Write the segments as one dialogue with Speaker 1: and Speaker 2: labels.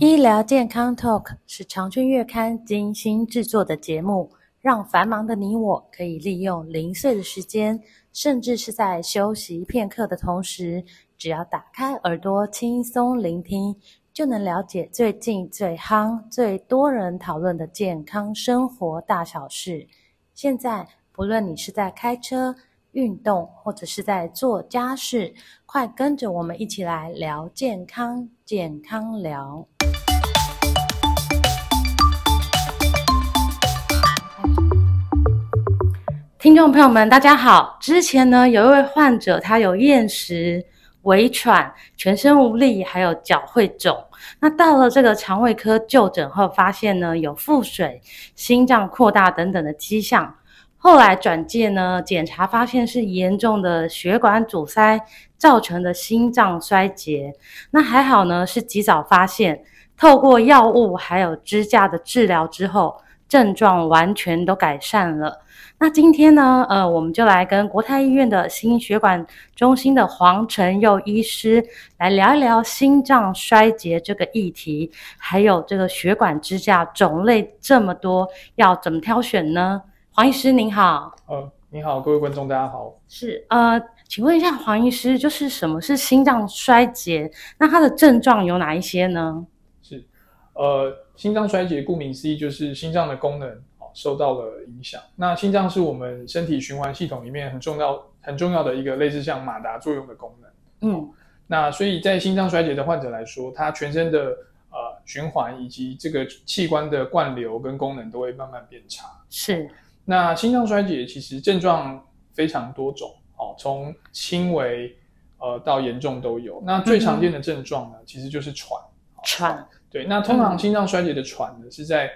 Speaker 1: 医疗健康 Talk 是长春月刊精心制作的节目，让繁忙的你我可以利用零碎的时间，甚至是在休息片刻的同时，只要打开耳朵轻松聆听，就能了解最近最夯、最多人讨论的健康生活大小事。现在，不论你是在开车、运动，或者是在做家事，快跟着我们一起来聊健康，健康聊。听众朋友们，大家好。之前呢，有一位患者，他有厌食、微喘、全身无力，还有脚会肿。那到了这个肠胃科就诊后，发现呢有腹水、心脏扩大等等的迹象。后来转介呢，检查发现是严重的血管阻塞造成的心脏衰竭。那还好呢，是及早发现，透过药物还有支架的治疗之后，症状完全都改善了。那今天呢，呃，我们就来跟国泰医院的心血管中心的黄晨佑医师来聊一聊心脏衰竭这个议题，还有这个血管支架种类这么多，要怎么挑选呢？黄医师您好，
Speaker 2: 呃，你好，各位观众，大家好。
Speaker 1: 是呃，请问一下黄医师，就是什么是心脏衰竭？那它的症状有哪一些呢？
Speaker 2: 是，呃，心脏衰竭顾名思义就是心脏的功能哦受到了影响。那心脏是我们身体循环系统里面很重要、很重要的一个类似像马达作用的功能。
Speaker 1: 嗯，
Speaker 2: 那所以在心脏衰竭的患者来说，他全身的呃循环以及这个器官的灌流跟功能都会慢慢变差。
Speaker 1: 是
Speaker 2: 那心脏衰竭其实症状非常多种，哦，从轻微呃到严重都有。那最常见的症状呢，其实就是喘。哦
Speaker 1: 喘，
Speaker 2: 对，那通常心脏衰竭的喘呢，是在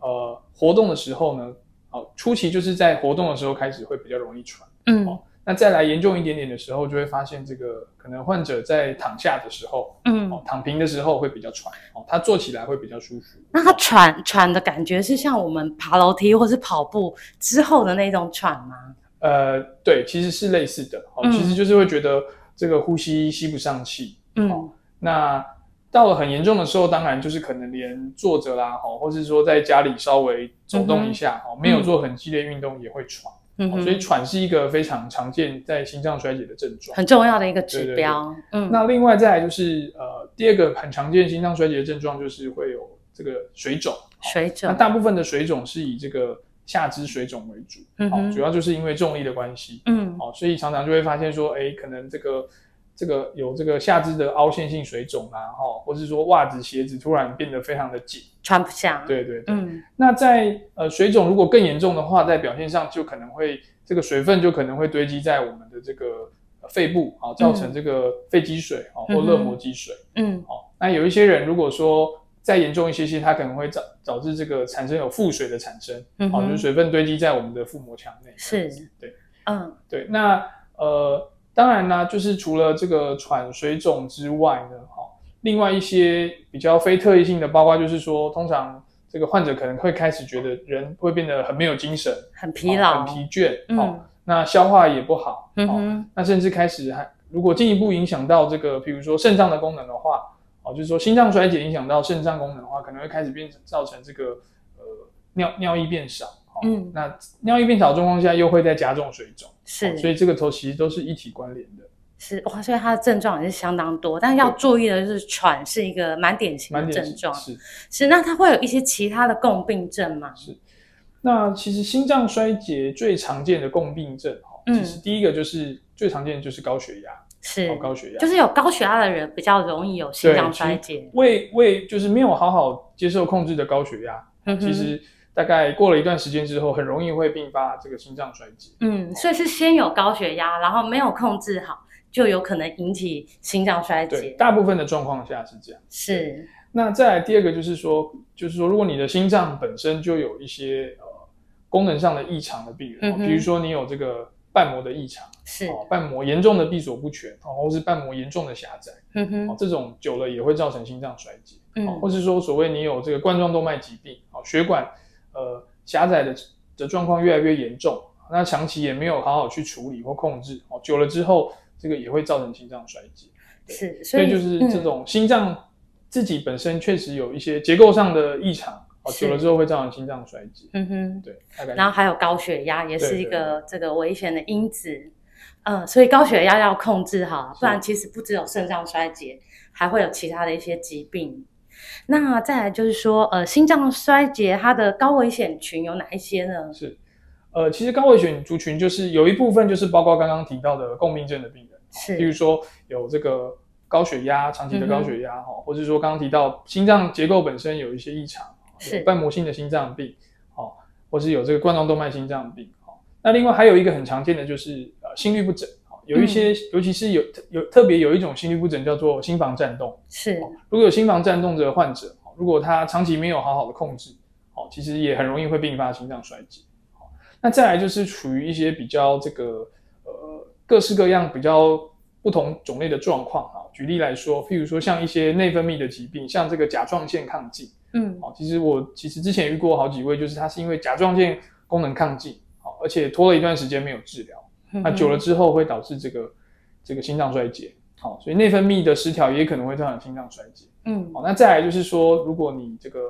Speaker 2: 呃活动的时候呢，哦，初期就是在活动的时候开始会比较容易喘。
Speaker 1: 嗯
Speaker 2: 哦那再来严重一点点的时候，就会发现这个可能患者在躺下的时候，
Speaker 1: 嗯，
Speaker 2: 哦，躺平的时候会比较喘，哦，他坐起来会比较舒服。
Speaker 1: 那它喘喘的感觉是像我们爬楼梯或是跑步之后的那种喘吗？
Speaker 2: 呃，对，其实是类似的，哦，
Speaker 1: 嗯
Speaker 2: 其实就是会觉得这个呼吸吸不上气。
Speaker 1: 嗯
Speaker 2: 哦那到了很严重的时候，当然就是可能连坐着啦，哦，或是说在家里稍微走动一下，哦，没有做很激烈运动也会喘，
Speaker 1: 嗯
Speaker 2: 哦
Speaker 1: 哼，
Speaker 2: 所以喘是一个非常常见在心脏衰竭的症状。
Speaker 1: 很重要的一个
Speaker 2: 对
Speaker 1: 指
Speaker 2: 对
Speaker 1: 标。嗯，
Speaker 2: 那另外再来就是呃，第二个很常见心脏衰竭的症状就是会有这个水肿，
Speaker 1: 水
Speaker 2: 那
Speaker 1: 肿，
Speaker 2: 大部分的水肿是以这个下肢水肿为主，
Speaker 1: 嗯
Speaker 2: 哦，主
Speaker 1: 哼，
Speaker 2: 要就是因为重力的关系，
Speaker 1: 嗯
Speaker 2: 哦，所以常常就会发现说，哎，可能这个这个有这个下肢的凹陷性水肿啊，哈、或是说袜子、鞋子突然变得非常的紧，
Speaker 1: 喘不下。，
Speaker 2: 对对对。
Speaker 1: 嗯
Speaker 2: 那在呃水肿如果更严重的话，在表现上就可能会这个水分就可能会堆积在我们的这个呃肺部，啊、造成这个肺积水啊、哦或热膜积水。
Speaker 1: 嗯
Speaker 2: 哦，那有一些人如果说再严重一些些，它可能会导导致这个产生有腹水的产生，
Speaker 1: 嗯
Speaker 2: 哦，就是
Speaker 1: 哼，
Speaker 2: 水分堆积在我们的腹膜腔内。
Speaker 1: 是，
Speaker 2: 对。
Speaker 1: 嗯
Speaker 2: 对，那呃，当然啦，就是除了这个喘水肿之外呢，哈、另外一些比较非特异性的，包括就是说，通常这个患者可能会开始觉得人会变得很没有精神，
Speaker 1: 很疲
Speaker 2: 哦
Speaker 1: 劳。
Speaker 2: 很疲倦，哦，
Speaker 1: 嗯
Speaker 2: 那消化也不好，
Speaker 1: 嗯
Speaker 2: 哦，
Speaker 1: 哼，
Speaker 2: 那甚至开始还如果进一步影响到这个，比如说肾脏的功能的话，哦，就是说心脏衰竭影响到肾脏功能的话，可能会开始变成造成这个呃尿尿液变少，哦，
Speaker 1: 嗯
Speaker 2: 那尿液变少的状况下又会再加重水肿。
Speaker 1: 是。
Speaker 2: 所以这个头其实都是一体关联的，
Speaker 1: 是哇，所以它的症状也是相当多，但是要
Speaker 2: 对
Speaker 1: 注意的就是喘是一个蛮典型
Speaker 2: 蛮
Speaker 1: 的
Speaker 2: 典
Speaker 1: 症
Speaker 2: 型
Speaker 1: 状。
Speaker 2: 是。
Speaker 1: 是，那它会有一些其他的共病症吗？
Speaker 2: 那其实心脏衰竭最常见的共病症哈，
Speaker 1: 嗯
Speaker 2: 其实第一个就是最常见的就是高血压，
Speaker 1: 是
Speaker 2: 哦，，高血压
Speaker 1: 就是有高血压的人比较容易有心
Speaker 2: 对
Speaker 1: 脏
Speaker 2: 其
Speaker 1: 衰
Speaker 2: 实
Speaker 1: 竭。
Speaker 2: 未未就是没有好好接受控制的高血压，
Speaker 1: 嗯
Speaker 2: 其
Speaker 1: 哼
Speaker 2: 实大概过了一段时间之后，很容易会并发这个心脏衰竭。
Speaker 1: 嗯，所以是先有高血压，然后没有控制好，就有可能引起心脏衰
Speaker 2: 对，
Speaker 1: 竭。
Speaker 2: 大部分的状况下是这样。
Speaker 1: 是，
Speaker 2: 那再来第二个就是说，就是说，如果你的心脏本身就有一些呃功能上的异常的病人，
Speaker 1: 嗯
Speaker 2: 哦
Speaker 1: 哼
Speaker 2: 比如说你有这个瓣膜的异常。
Speaker 1: 是，
Speaker 2: 哦，瓣膜严重的闭锁不全，哦，或是瓣膜严重的狭窄，
Speaker 1: 嗯
Speaker 2: 哦
Speaker 1: 哼，，
Speaker 2: 这种久了也会造成心脏衰竭，哦
Speaker 1: 嗯，
Speaker 2: 或是说所谓你有这个冠状动脉疾病，哦，血管呃狭窄的的状况越来越严重，那长期也没有好好去处理或控制，哦，久了之后这个也会造成心脏衰竭，
Speaker 1: 是，所
Speaker 2: 所以
Speaker 1: 以
Speaker 2: 就是这
Speaker 1: 嗯
Speaker 2: 种心脏自己本身确实有一些结构上的异常，哦，
Speaker 1: 是
Speaker 2: 久了之后会造成心脏衰竭。
Speaker 1: 嗯哼，
Speaker 2: 对，大概
Speaker 1: 然后还有高血压也是
Speaker 2: 对
Speaker 1: 一
Speaker 2: 对
Speaker 1: 个这个危险的因子。嗯，所以高血压要控制好，
Speaker 2: 是
Speaker 1: 不然其实不只有肾脏衰竭，还会有其他的一些疾病。那再来就是说，呃，心脏衰竭它的高危险群有哪一些呢？
Speaker 2: 是，呃，其实高危险族群就是有一部分就是包括刚刚提到的共病症的病人，比如
Speaker 1: 是，嗯
Speaker 2: 说有这个高血压、长期的高血压哈、或者说刚刚提到心脏结构本身有一些异常，
Speaker 1: 是
Speaker 2: 有瓣膜性的心脏病，哦，或是有这个冠状动脉心脏病，哦。那另外还有一个很常见的就是呃心律不整，哦，有一
Speaker 1: 嗯
Speaker 2: 些、尤其是有有特别有一种心律不整叫做心房颤动。
Speaker 1: 是，
Speaker 2: 如果有心房颤动的患者，哦如果他长期没有好好的控制，哦，其实也很容易会并发心脏衰竭。哦那再来就是处于一些比较这个呃各式各样比较不同种类的状况啊。举例来说，譬如说像一些内分泌的疾病，像这个甲状腺亢进，
Speaker 1: 嗯，
Speaker 2: 哦，其实我其实之前遇过好几位，就是他是因为甲状腺功能亢进，哦，而且拖了一段时间没有治疗，那久了
Speaker 1: 嗯
Speaker 2: 之后会导致这个这个心脏衰竭，好、所以内分泌的失调也可能会造成心脏衰竭。
Speaker 1: 哼，嗯，
Speaker 2: 好，那再来就是说，如果你这个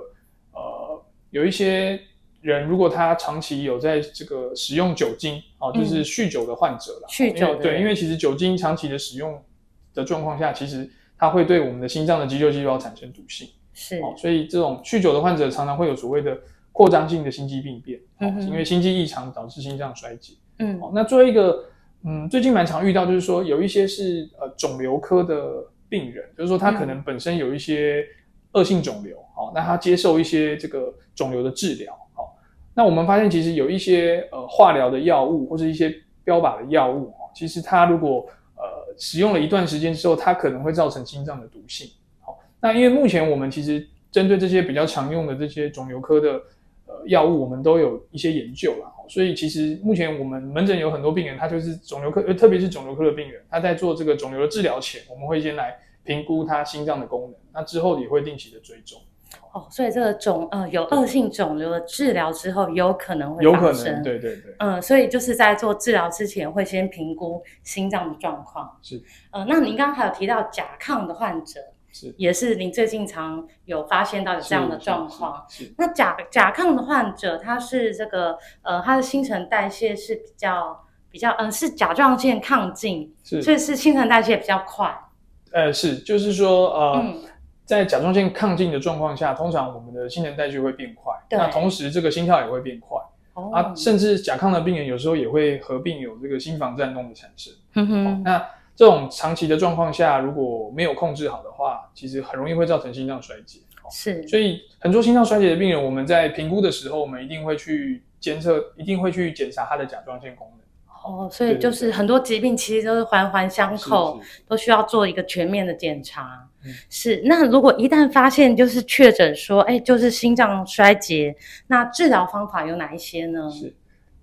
Speaker 2: 呃有一些人，如果他长期有在这个使用酒精，哦，就
Speaker 1: 嗯
Speaker 2: 是酗酒的患者啦，
Speaker 1: 酗酒
Speaker 2: 因
Speaker 1: 的
Speaker 2: 为对，
Speaker 1: 人
Speaker 2: 因为其实酒精长期的使用的状况下，其实它会对我们的心脏的肌肉细胞产生毒性，
Speaker 1: 是，
Speaker 2: 哦，所以这种酗酒的患者常常会有所谓的扩张性的心肌病变，哦
Speaker 1: 嗯，哼
Speaker 2: 因为心肌异常导致心脏衰竭。
Speaker 1: 嗯
Speaker 2: 哦，那最后一个，嗯，最近蛮常遇到，就是说有一些是呃肿瘤科的病人，就是说他可能本身有一些恶性肿瘤，哦，那他接受一些这个肿瘤的治疗，哦，那我们发现其实有一些呃化疗的药物或是一些标靶的药物，哦，其实它如果呃使用了一段时间之后，它可能会造成心脏的毒性。好、那因为目前我们其实针对这些比较常用的这些肿瘤科的呃药物，我们都有一些研究啦。哦所以其实目前我们门诊有很多病人，他就是肿瘤科，呃特别是肿瘤科的病人，他在做这个肿瘤的治疗前，我们会先来评估他心脏的功能，那之后也会定期的追踪，
Speaker 1: 哦，所以这个肿呃有恶性肿瘤的治疗之后，有可能会
Speaker 2: 有
Speaker 1: 发
Speaker 2: 可
Speaker 1: 生
Speaker 2: 能，对对对，
Speaker 1: 呃，所以就是在做治疗之前会先评估心脏的状况。
Speaker 2: 是，
Speaker 1: 呃，那您刚刚还有提到甲亢的患者，
Speaker 2: 是
Speaker 1: 也是您最近常有发现到有这样的状况。，
Speaker 2: 是是是
Speaker 1: 那甲甲亢的患者，他是这个呃，他的新陈代谢是比较比较，嗯、是甲状腺亢进，
Speaker 2: 是
Speaker 1: 所以是新陈代谢比较快。
Speaker 2: 呃，是，就是说，呃，
Speaker 1: 嗯
Speaker 2: 在甲状腺亢进的状况下，通常我们的新陈代谢会变快，
Speaker 1: 对
Speaker 2: 那同时这个心跳也会变快、
Speaker 1: 哦
Speaker 2: 啊，甚至甲亢的病人有时候也会合并有这个心房颤动的产生。
Speaker 1: 嗯
Speaker 2: 哦
Speaker 1: 哼，
Speaker 2: 那这种长期的状况下，如果没有控制好的话，其实很容易会造成心脏衰竭。哦
Speaker 1: 是，
Speaker 2: 所以很多心脏衰竭的病人，我们在评估的时候，我们一定会去监测，一定会去检查他的甲状腺功能。
Speaker 1: 哦，所以
Speaker 2: 对
Speaker 1: 就是很多疾病其实都是环环相扣，
Speaker 2: 是
Speaker 1: 都需要做一个全面的检查。
Speaker 2: 嗯
Speaker 1: 是，那如果一旦发现就是确诊说，哎，就是心脏衰竭，那治疗方法有哪一些呢？
Speaker 2: 是，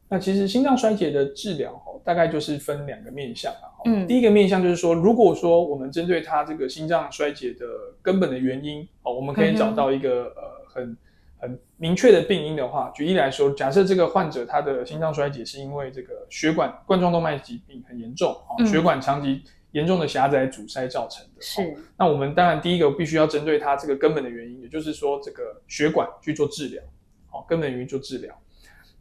Speaker 2: 那其实心脏衰竭的治疗哦，大概就是分两个面向啊。哦
Speaker 1: 嗯
Speaker 2: 第一个面向就是说，如果说我们针对它这个心脏衰竭的根本的原因哦，我们可以
Speaker 1: 嗯
Speaker 2: 找
Speaker 1: 哼
Speaker 2: 到一个、呃很很明确的病因的话，举例来说，假设这个患者他的心脏衰竭是因为这个血管冠状动脉疾病很严重哦，
Speaker 1: 嗯
Speaker 2: 血管长期严重的狭窄阻塞造成的。哦
Speaker 1: 是，
Speaker 2: 那我们当然第一个必须要针对它这个根本的原因，也就是说这个血管去做治疗，好、根本原因做治疗。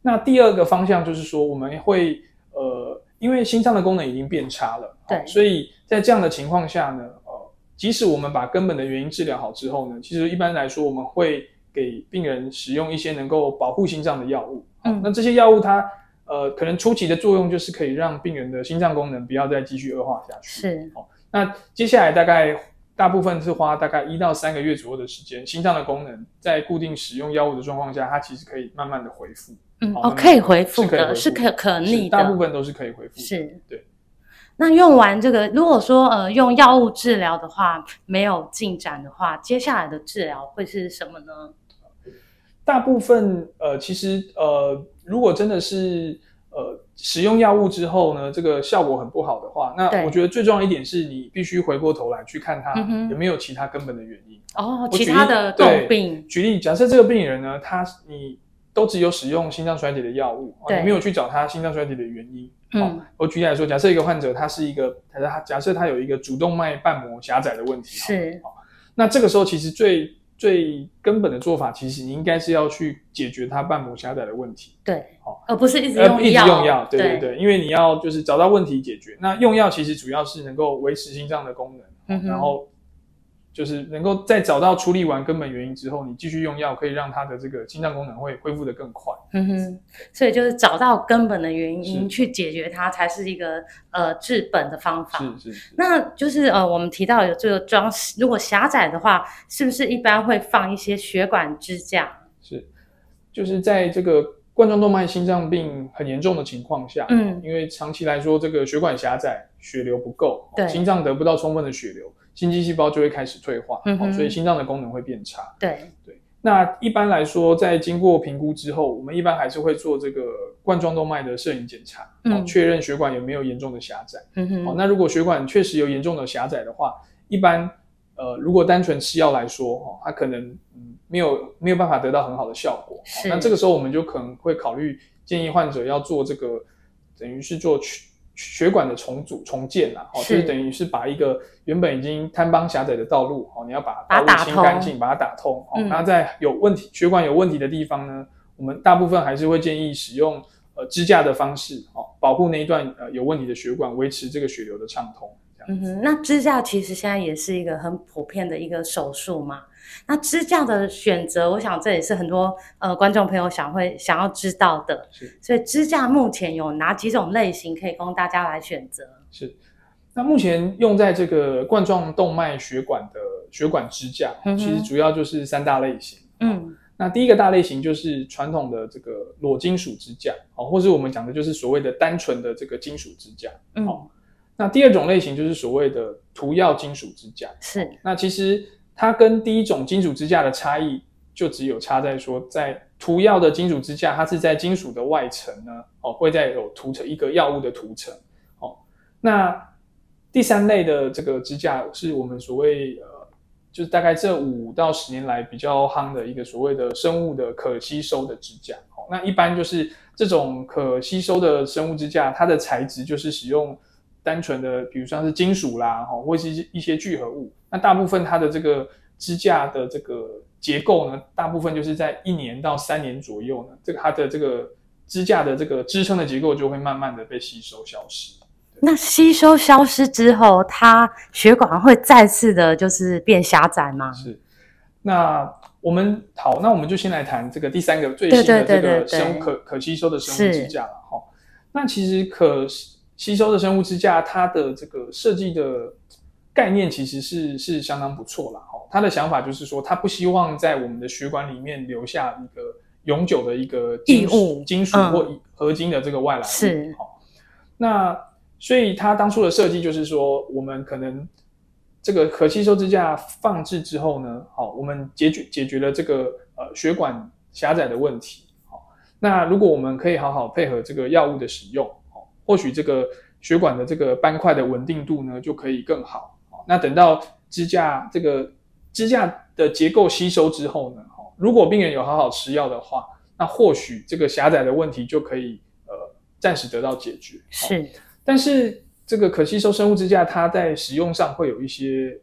Speaker 2: 那第二个方向就是说，我们会呃，因为心脏的功能已经变差了，好
Speaker 1: 对
Speaker 2: 所以在这样的情况下呢，呃，即使我们把根本的原因治疗好之后呢，其实一般来说我们会给病人使用一些能够保护心脏的药物。好
Speaker 1: 嗯
Speaker 2: 那这些药物它呃，可能初期的作用就是可以让病人的心脏功能不要再继续恶化下去。
Speaker 1: 是，
Speaker 2: 那接下来大概大部分是花大概一到三个月左右的时间，心脏的功能在固定使用药物的状况下，它其实可以慢慢的恢复，
Speaker 1: 嗯，
Speaker 2: 好
Speaker 1: 哦，
Speaker 2: 那
Speaker 1: 可以回复
Speaker 2: 是可以
Speaker 1: 的，
Speaker 2: 回
Speaker 1: 是
Speaker 2: 复
Speaker 1: 可可
Speaker 2: 是
Speaker 1: 逆
Speaker 2: 大部
Speaker 1: 的，
Speaker 2: 分都是可以恢复的。
Speaker 1: 是，
Speaker 2: 对。
Speaker 1: 那用完这个，如果说呃用药物治疗的话没有进展的话，接下来的治疗会是什么呢？
Speaker 2: 大部分呃，其实呃，如果真的是呃使用药物之后呢，这个效果很不好的话，
Speaker 1: 对
Speaker 2: 那我觉得最重要一点是你必须回过头来去看它
Speaker 1: 嗯哼
Speaker 2: 有没有其他根本的原因。
Speaker 1: 哦，
Speaker 2: 我
Speaker 1: 其
Speaker 2: 举
Speaker 1: 他
Speaker 2: 例
Speaker 1: 的
Speaker 2: 对
Speaker 1: 共病，
Speaker 2: 举例，假设这个病人呢，他你都只有使用心脏衰竭的药物，哦、
Speaker 1: 对
Speaker 2: 你没有去找他心脏衰竭的原因。
Speaker 1: 嗯
Speaker 2: 哦，我举例来说，假设一个患者他是一个，假设他假设他有一个主动脉瓣膜狭窄的问题，，啊
Speaker 1: 是，
Speaker 2: 那这个时候其实最最根本的做法，其实应该是要去解决他瓣膜狭窄的问题。
Speaker 1: 对
Speaker 2: 好，
Speaker 1: 而不是一直
Speaker 2: 呃，
Speaker 1: 用
Speaker 2: 一直
Speaker 1: 药，
Speaker 2: 用药，对对
Speaker 1: 对，
Speaker 2: 对，因为你要就是找到问题解决。那用药其实主要是能够维持心脏的功能，啊
Speaker 1: 嗯哼
Speaker 2: 然后就是能够在找到处理完根本原因之后，你继续用药可以让它的这个心脏功能会恢复的更快。
Speaker 1: 嗯哼，所以就是找到根本的原因
Speaker 2: 是
Speaker 1: 去解决它，才是一个呃治本的方法。
Speaker 2: 是是，
Speaker 1: 那就是呃，我们提到有这个装，如果狭窄的话，是不是一般会放一些血管支架？
Speaker 2: 就是在这个冠状动脉心脏病很严重的情况下，
Speaker 1: 嗯
Speaker 2: 因为长期来说这个血管狭窄，血流不够，
Speaker 1: 对
Speaker 2: 心脏得不到充分的血流，心肌细胞就会开始退化，
Speaker 1: 嗯
Speaker 2: 哦
Speaker 1: 哼
Speaker 2: 所以心脏的功能会变差。
Speaker 1: 对，
Speaker 2: 对，那一般来说，在经过评估之后，我们一般还是会做这个冠状动脉的摄影检查，哦
Speaker 1: 嗯
Speaker 2: 确认血管有没有严重的狭窄。
Speaker 1: 嗯
Speaker 2: 哦，
Speaker 1: 哼，
Speaker 2: 那如果血管确实有严重的狭窄的话，一般呃，如果单纯吃药来说，哦，它可能嗯没有没有办法得到很好的效果。哦
Speaker 1: 是
Speaker 2: 那这个时候我们就可能会考虑建议患者要做这个，等于是做血血管的重组重建啦，哦，
Speaker 1: 是
Speaker 2: 就是等于是把一个原本已经坍帮狭窄的道路，哦，你要把
Speaker 1: 把它
Speaker 2: 道路
Speaker 1: 打
Speaker 2: 清
Speaker 1: 通
Speaker 2: 干净，把它打通。哦，
Speaker 1: 嗯
Speaker 2: 那在有问题血管有问题的地方呢，我们大部分还是会建议使用呃支架的方式，哦，保护那一段呃有问题的血管，维持这个血流的畅通。这样，
Speaker 1: 嗯哼，那支架其实现在也是一个很普遍的一个手术嘛。那支架的选择，我想这也是很多呃观众朋友想会想要知道的
Speaker 2: 是。
Speaker 1: 所以支架目前有哪几种类型可以供大家来选择？
Speaker 2: 那目前用在这个冠状动脉血管的血管支架，
Speaker 1: 嗯哼
Speaker 2: 其实主要就是三大类型。哦
Speaker 1: 嗯，
Speaker 2: 那第一个大类型就是传统的这个裸金属支架，哦，或是我们讲的就是所谓的单纯的这个金属支架。
Speaker 1: 嗯，
Speaker 2: 好那第二种类型就是所谓的涂药金属支架。
Speaker 1: 是，
Speaker 2: 那其实它跟第一种金属支架的差异，就只有差在说，在涂药的金属支架，它是在金属的外层呢，哦，会再有涂成一个药物的涂层，哦。那第三类的这个支架，是我们所谓呃，就是大概这五到十年来比较夯的一个所谓的生物的可吸收的支架。哦，那一般就是这种可吸收的生物支架，它的材质就是使用单纯的，比如像是金属啦，哦，或是一些聚合物。那大部分它的这个支架的这个结构呢，大部分就是在一年到三年左右呢，这个它的这个支架的这个支撑的结构就会慢慢的被吸收消失。
Speaker 1: 那吸收消失之后，它血管会再次的就是变狭窄吗？
Speaker 2: 是，那我们好，那我们就先来谈这个第三个最新的
Speaker 1: 对对对
Speaker 2: 这
Speaker 1: 对
Speaker 2: 个
Speaker 1: 对
Speaker 2: 生物可可吸收的生
Speaker 1: 是
Speaker 2: 物支架了哈、那其实可吸收的生物支架，它的这个设计的概念其实是是相当不错啦。哈、它的想法就是说，它不希望在我们的血管里面留下一个永久的一个金属
Speaker 1: 异物
Speaker 2: 金属
Speaker 1: 嗯
Speaker 2: 或合金的这个外来物。
Speaker 1: 是
Speaker 2: 好、那所以它当初的设计就是说，我们可能这个可吸收支架放置之后呢，好、我们解决解决了这个呃血管狭窄的问题。好、那如果我们可以好好配合这个药物的使用，好、或许这个血管的这个斑块的稳定度呢就可以更好。好、那等到支架这个支架的结构吸收之后呢，好、如果病人有好好吃药的话，那或许这个狭窄的问题就可以呃暂时得到解决。哦好
Speaker 1: 是，
Speaker 2: 但是这个可吸收生物支架，它在使用上会有一些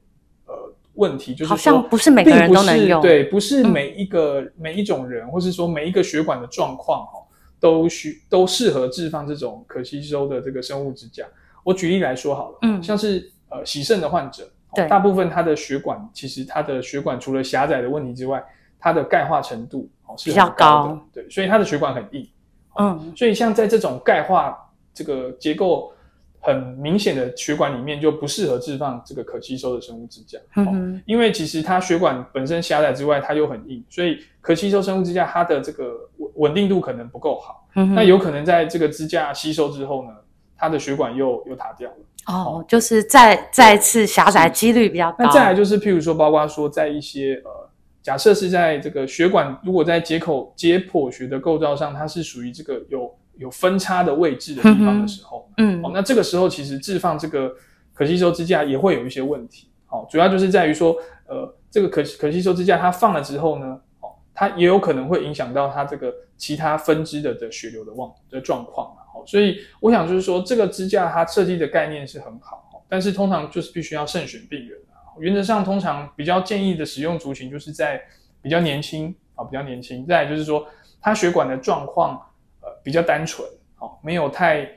Speaker 2: 呃问题，就是
Speaker 1: 好
Speaker 2: 说
Speaker 1: 像不是每个人都能用嗯
Speaker 2: 并不是对，不是每一个、每一种人，或是说每一个血管的状况哦，都需都适合置放这种可吸收的这个生物支架。我举例来说好了，
Speaker 1: 嗯
Speaker 2: 像是呃洗肾的患者，哦
Speaker 1: 对
Speaker 2: 大部分他的血管其实他的血管除了狭窄的问题之外，它的钙化程度哦是
Speaker 1: 比较
Speaker 2: 很高的，
Speaker 1: 高
Speaker 2: 对，所以他的血管很硬。
Speaker 1: 嗯，
Speaker 2: 所以像在这种钙化这个结构很明显的血管里面，就不适合置放这个可吸收的生物支架。
Speaker 1: 嗯
Speaker 2: 哦
Speaker 1: 哼，
Speaker 2: 因为其实它血管本身狭窄之外，它又很硬，所以可吸收生物支架它的这个稳稳定度可能不够好。
Speaker 1: 嗯哼
Speaker 2: 那有可能在这个支架吸收之后呢，它的血管又又塌掉了。
Speaker 1: 哦，就是再再次狭窄几率比较高。
Speaker 2: 那再来就是，譬如说，包括说在一些呃，假设是在这个血管，如果在解口解剖学的构造上，它是属于这个有有分叉的位置的地
Speaker 1: 嗯
Speaker 2: 方
Speaker 1: 哼
Speaker 2: 的时候，
Speaker 1: 嗯
Speaker 2: 哦，，那这个时候其实置放这个可吸收支架也会有一些问题。好、主要就是在于说，呃，这个可可吸收支架它放了之后呢，哦，它也有可能会影响到它这个其他分支的的血流的旺的状况嘛。好、所以我想就是说，这个支架它设计的概念是很好，哦但是通常就是必须要慎选病人啊。哦原则上，通常比较建议的使用族群就是在比较年轻啊、比较年轻。再来就是说，它血管的状况呃比较单纯，好、没有太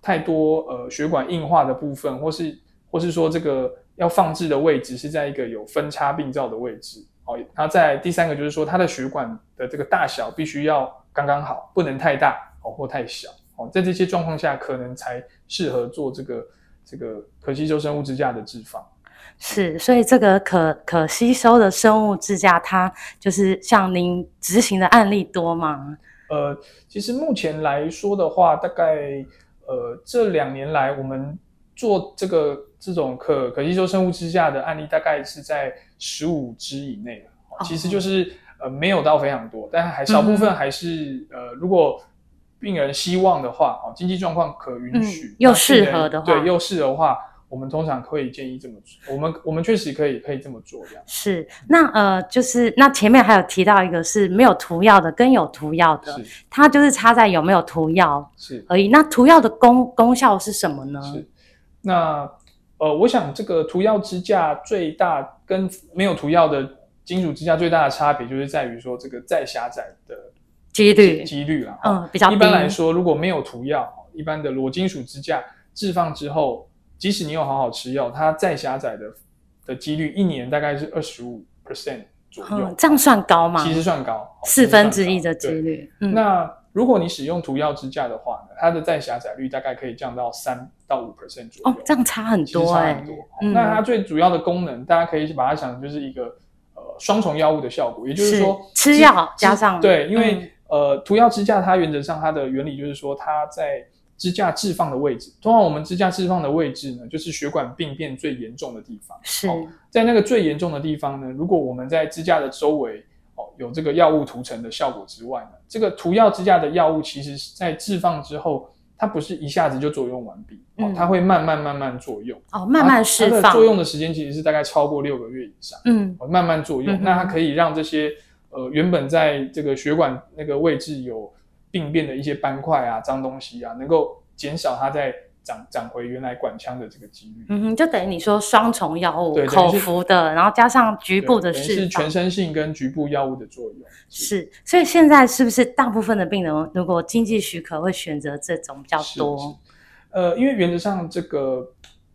Speaker 2: 太多呃血管硬化的部分，或是或是说这个要放置的位置是在一个有分叉病灶的位置。好、那在第三个就是说，它的血管的这个大小必须要刚刚好，不能太大哦或太小哦，在这些状况下，可能才适合做这个这个可吸收生物支架的置放。
Speaker 1: 是，所以这个可可吸收的生物支架，它就是像您执行的案例多吗？
Speaker 2: 呃，其实目前来说的话，大概呃这两年来，我们做这个这种可可吸收生物支架的案例，大概是在十五支以内了哦
Speaker 1: 哦嗯
Speaker 2: 其实就是呃没有到非常多，但还少部分还是、呃如果。病人希望的话，哦，经济状况可允许，
Speaker 1: 嗯又
Speaker 2: 那病人
Speaker 1: 适合的话
Speaker 2: 对，又适合的话，我们通常可以建议这么做。我们我们确实可以可以这么做，这样
Speaker 1: 是，那呃，就是那前面还有提到一个是没有涂药的跟有涂药的，
Speaker 2: 是
Speaker 1: 它就是差在有没有涂药
Speaker 2: 是。
Speaker 1: 而已。那涂药的功功效是什么呢？
Speaker 2: 是，那呃，我想这个涂药支架最大跟没有涂药的金属支架最大的差别，就是在于说这个再狭窄的
Speaker 1: 几率，
Speaker 2: 几率啦。
Speaker 1: 嗯，比较低。
Speaker 2: 一般来说，如果没有涂药，一般的裸金属支架置放之后，即使你有好好吃药，它再狭窄的的几率一年大概是二十五 percent 左右，
Speaker 1: 嗯，这样算高吗？
Speaker 2: 其实算高，
Speaker 1: 四分之一的
Speaker 2: 几
Speaker 1: 几
Speaker 2: 率。
Speaker 1: 率。嗯，
Speaker 2: 那如果你使用涂药支架的话呢，它的再狭窄率大概可以降到三到五 percent 左
Speaker 1: 哦
Speaker 2: 右，。
Speaker 1: 这样差很
Speaker 2: 其实
Speaker 1: 多
Speaker 2: 差
Speaker 1: 哎、
Speaker 2: 很多。
Speaker 1: 嗯
Speaker 2: 那它最主要的功能，大家可以把它想成就是一个呃双重药物的效果，也就是说
Speaker 1: 是
Speaker 2: 其
Speaker 1: 吃药加上
Speaker 2: 对，因为
Speaker 1: 嗯、
Speaker 2: 呃涂药支架它原则上它的原理就是说它在支架置放的位置，通常我们支架置放的位置呢，就是血管病变最严重的地方。
Speaker 1: 是、
Speaker 2: 哦在那个最严重的地方呢，如果我们在支架的周围哦有这个药物涂层的效果之外呢，这个涂药支架的药物其实是在置放之后，它不是一下子就作用完毕，哦
Speaker 1: 嗯，
Speaker 2: 它会慢慢慢慢作用。
Speaker 1: 哦，慢慢释
Speaker 2: 啊它它的
Speaker 1: 放。
Speaker 2: 作用的时间其实是大概超过六个月以上，
Speaker 1: 嗯，
Speaker 2: 哦慢慢作用。
Speaker 1: 嗯哼
Speaker 2: 那它可以让这些呃原本在这个血管那个位置有病变的一些斑块啊、脏东西啊，能够减少它在长长回原来管腔的这个几率。
Speaker 1: 嗯哼，就等于你说双重药物，
Speaker 2: 对等于
Speaker 1: 口
Speaker 2: 是
Speaker 1: 服的，然后加上局
Speaker 2: 对
Speaker 1: 部的
Speaker 2: 等于
Speaker 1: 释
Speaker 2: 是
Speaker 1: 放
Speaker 2: 全。身性跟局部药物的作用。
Speaker 1: 是，所以现在是不是大部分的病人，如果经济许可，会选择这种比较
Speaker 2: 是
Speaker 1: 多？
Speaker 2: 呃，因为原则上这个呃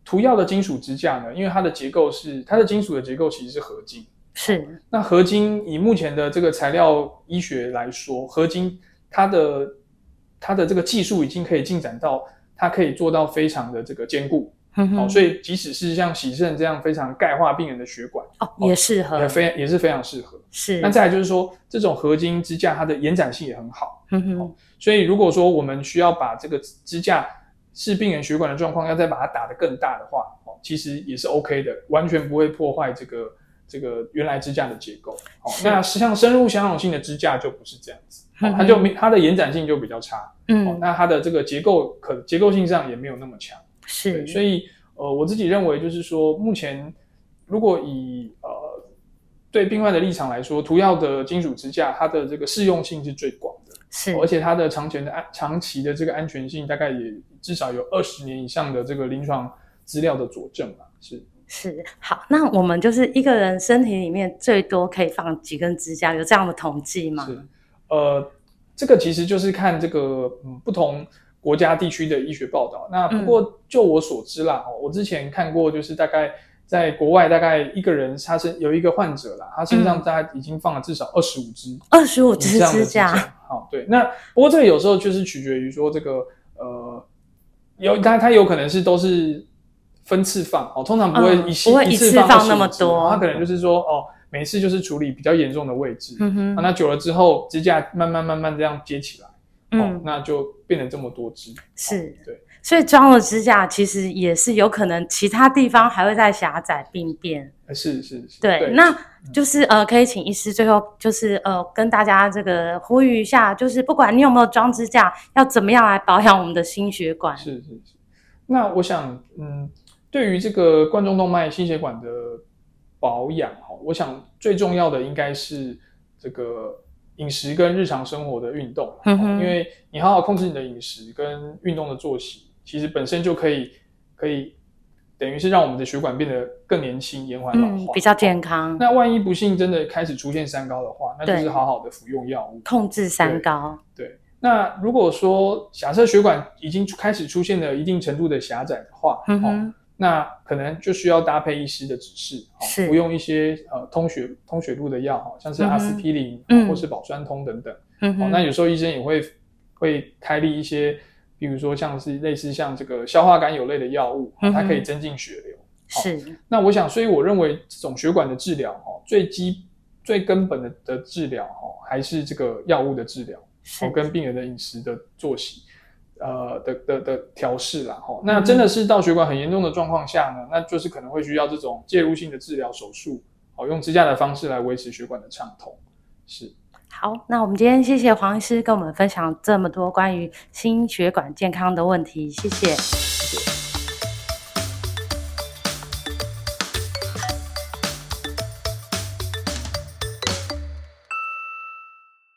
Speaker 2: 涂药的金属支架呢，因为它的结构是它的金属的结构其实是合金。
Speaker 1: 是，
Speaker 2: 那合金以目前的这个材料医学来说，合金它的它的这个技术已经可以进展到它可以做到非常的这个坚固，
Speaker 1: 嗯
Speaker 2: 好、
Speaker 1: 哼，
Speaker 2: 所以即使是像洗肾这样非常钙化病人的血管，
Speaker 1: 哦，也适合
Speaker 2: 也，非也是非常适合。
Speaker 1: 是，
Speaker 2: 那再来就是说，这种合金支架它的延展性也很好，
Speaker 1: 嗯哼，
Speaker 2: 所以如果说我们需要把这个支架是病人血管的状况，要再把它打得更大的话，哦，其实也是 OK 的，完全不会破坏这个这个原来支架的结构。哦，
Speaker 1: 是
Speaker 2: 那像深入相容性的支架就不是这样子，
Speaker 1: 嗯
Speaker 2: 哦
Speaker 1: 哼、
Speaker 2: 它就没它的延展性就比较差，哦，
Speaker 1: 嗯，
Speaker 2: 那它的这个结构可结构性上也没有那么强。对，
Speaker 1: 是，
Speaker 2: 所
Speaker 1: 以
Speaker 2: 以呃，我自己认为就是说，目前如果以呃对病患的立场来说，涂药的金属支架它的这个适用性是最广的。
Speaker 1: 是，
Speaker 2: 而且它的长全的安长期的这个安全性，大概也至少有二十年以上的这个临床资料的佐证嘛。是，
Speaker 1: 是好，那我们就是一个人身体里面最多可以放几根指甲，有这样的统计吗？
Speaker 2: 是呃，这个其实就是看这个嗯不同国家地区的医学报道。那不过就我所知啦，哦我之前看过，就是大概在国外，大概一个人他身有一个患者啦，他身上大概已经放了至少二十五支
Speaker 1: 二十五
Speaker 2: 以
Speaker 1: 支
Speaker 2: 上的
Speaker 1: 指
Speaker 2: 指
Speaker 1: 甲，
Speaker 2: 甲。好，对。那不过这个有时候就是取决于说这个呃，有它它有可能是都是分次放哦，通常不会
Speaker 1: 嗯
Speaker 2: 一次、
Speaker 1: 不会一
Speaker 2: 一
Speaker 1: 次
Speaker 2: 放
Speaker 1: 放那么
Speaker 2: 25支
Speaker 1: 多
Speaker 2: 它可能就是说哦，每次就是处理比较严重的位置。
Speaker 1: 嗯哼，
Speaker 2: 啊那久了之后，支架慢慢慢慢这样接起来，哦
Speaker 1: 嗯，，
Speaker 2: 那就变成这么多支。
Speaker 1: 是
Speaker 2: 哦对，
Speaker 1: 所以装了支架其实也是有可能，其他地方还会再狭窄病变。
Speaker 2: 呃是是是。
Speaker 1: 对，那就是呃，可以请医师最后就是呃，跟大家这个呼吁一下，就是不管你有没有装支架，要怎么样来保养我们的心血管？
Speaker 2: 是是是。那我想，嗯，对于这个冠状动脉心血管的保养哈，我想最重要的应该是这个饮食跟日常生活的运动，哦
Speaker 1: 嗯哼
Speaker 2: 因为你好好控制你的饮食跟运动的作息，其实本身就可以可以等于是让我们的血管变得更年轻，延缓老
Speaker 1: 嗯，
Speaker 2: 化。哦
Speaker 1: 比较健康，
Speaker 2: 那万一不幸真的开始出现三高的话，那就
Speaker 1: 对
Speaker 2: 是好好的服用药物。
Speaker 1: 控制三
Speaker 2: 对
Speaker 1: 高，
Speaker 2: 对，那如果说假设血管已经开始出现了一定程度的狭窄的话，
Speaker 1: 嗯
Speaker 2: 哦，
Speaker 1: 哼，
Speaker 2: 那可能就需要搭配医师的指示，哦
Speaker 1: 是
Speaker 2: 服用一些呃通血通血路的药，哦像是
Speaker 1: 嗯哼
Speaker 2: 阿司匹林、
Speaker 1: 嗯
Speaker 2: 或是保栓通等等。
Speaker 1: 嗯
Speaker 2: 哦
Speaker 1: 哼，，
Speaker 2: 那有时候医生也会会开立一些，比如说像是类似像这个消化甘油类的药物，哦
Speaker 1: 嗯哼
Speaker 2: 它可以增进血流。
Speaker 1: 是，
Speaker 2: 那我想，所以我认为这种血管的治疗，哦，最基最根本的的治疗，哦，还是这个药物的治疗，哦，
Speaker 1: 是，
Speaker 2: 跟病人的饮食的作息，呃的的的调试啦，哦，那真的是到血管很严重的状况下呢，那就是可能会需要这种介入性的治疗手术，哦，用支架的方式来维持血管的畅通，是。
Speaker 1: 好，那我们今天谢谢黄医师跟我们分享这么多关于心血管健康的问题，谢谢。
Speaker 2: 谢谢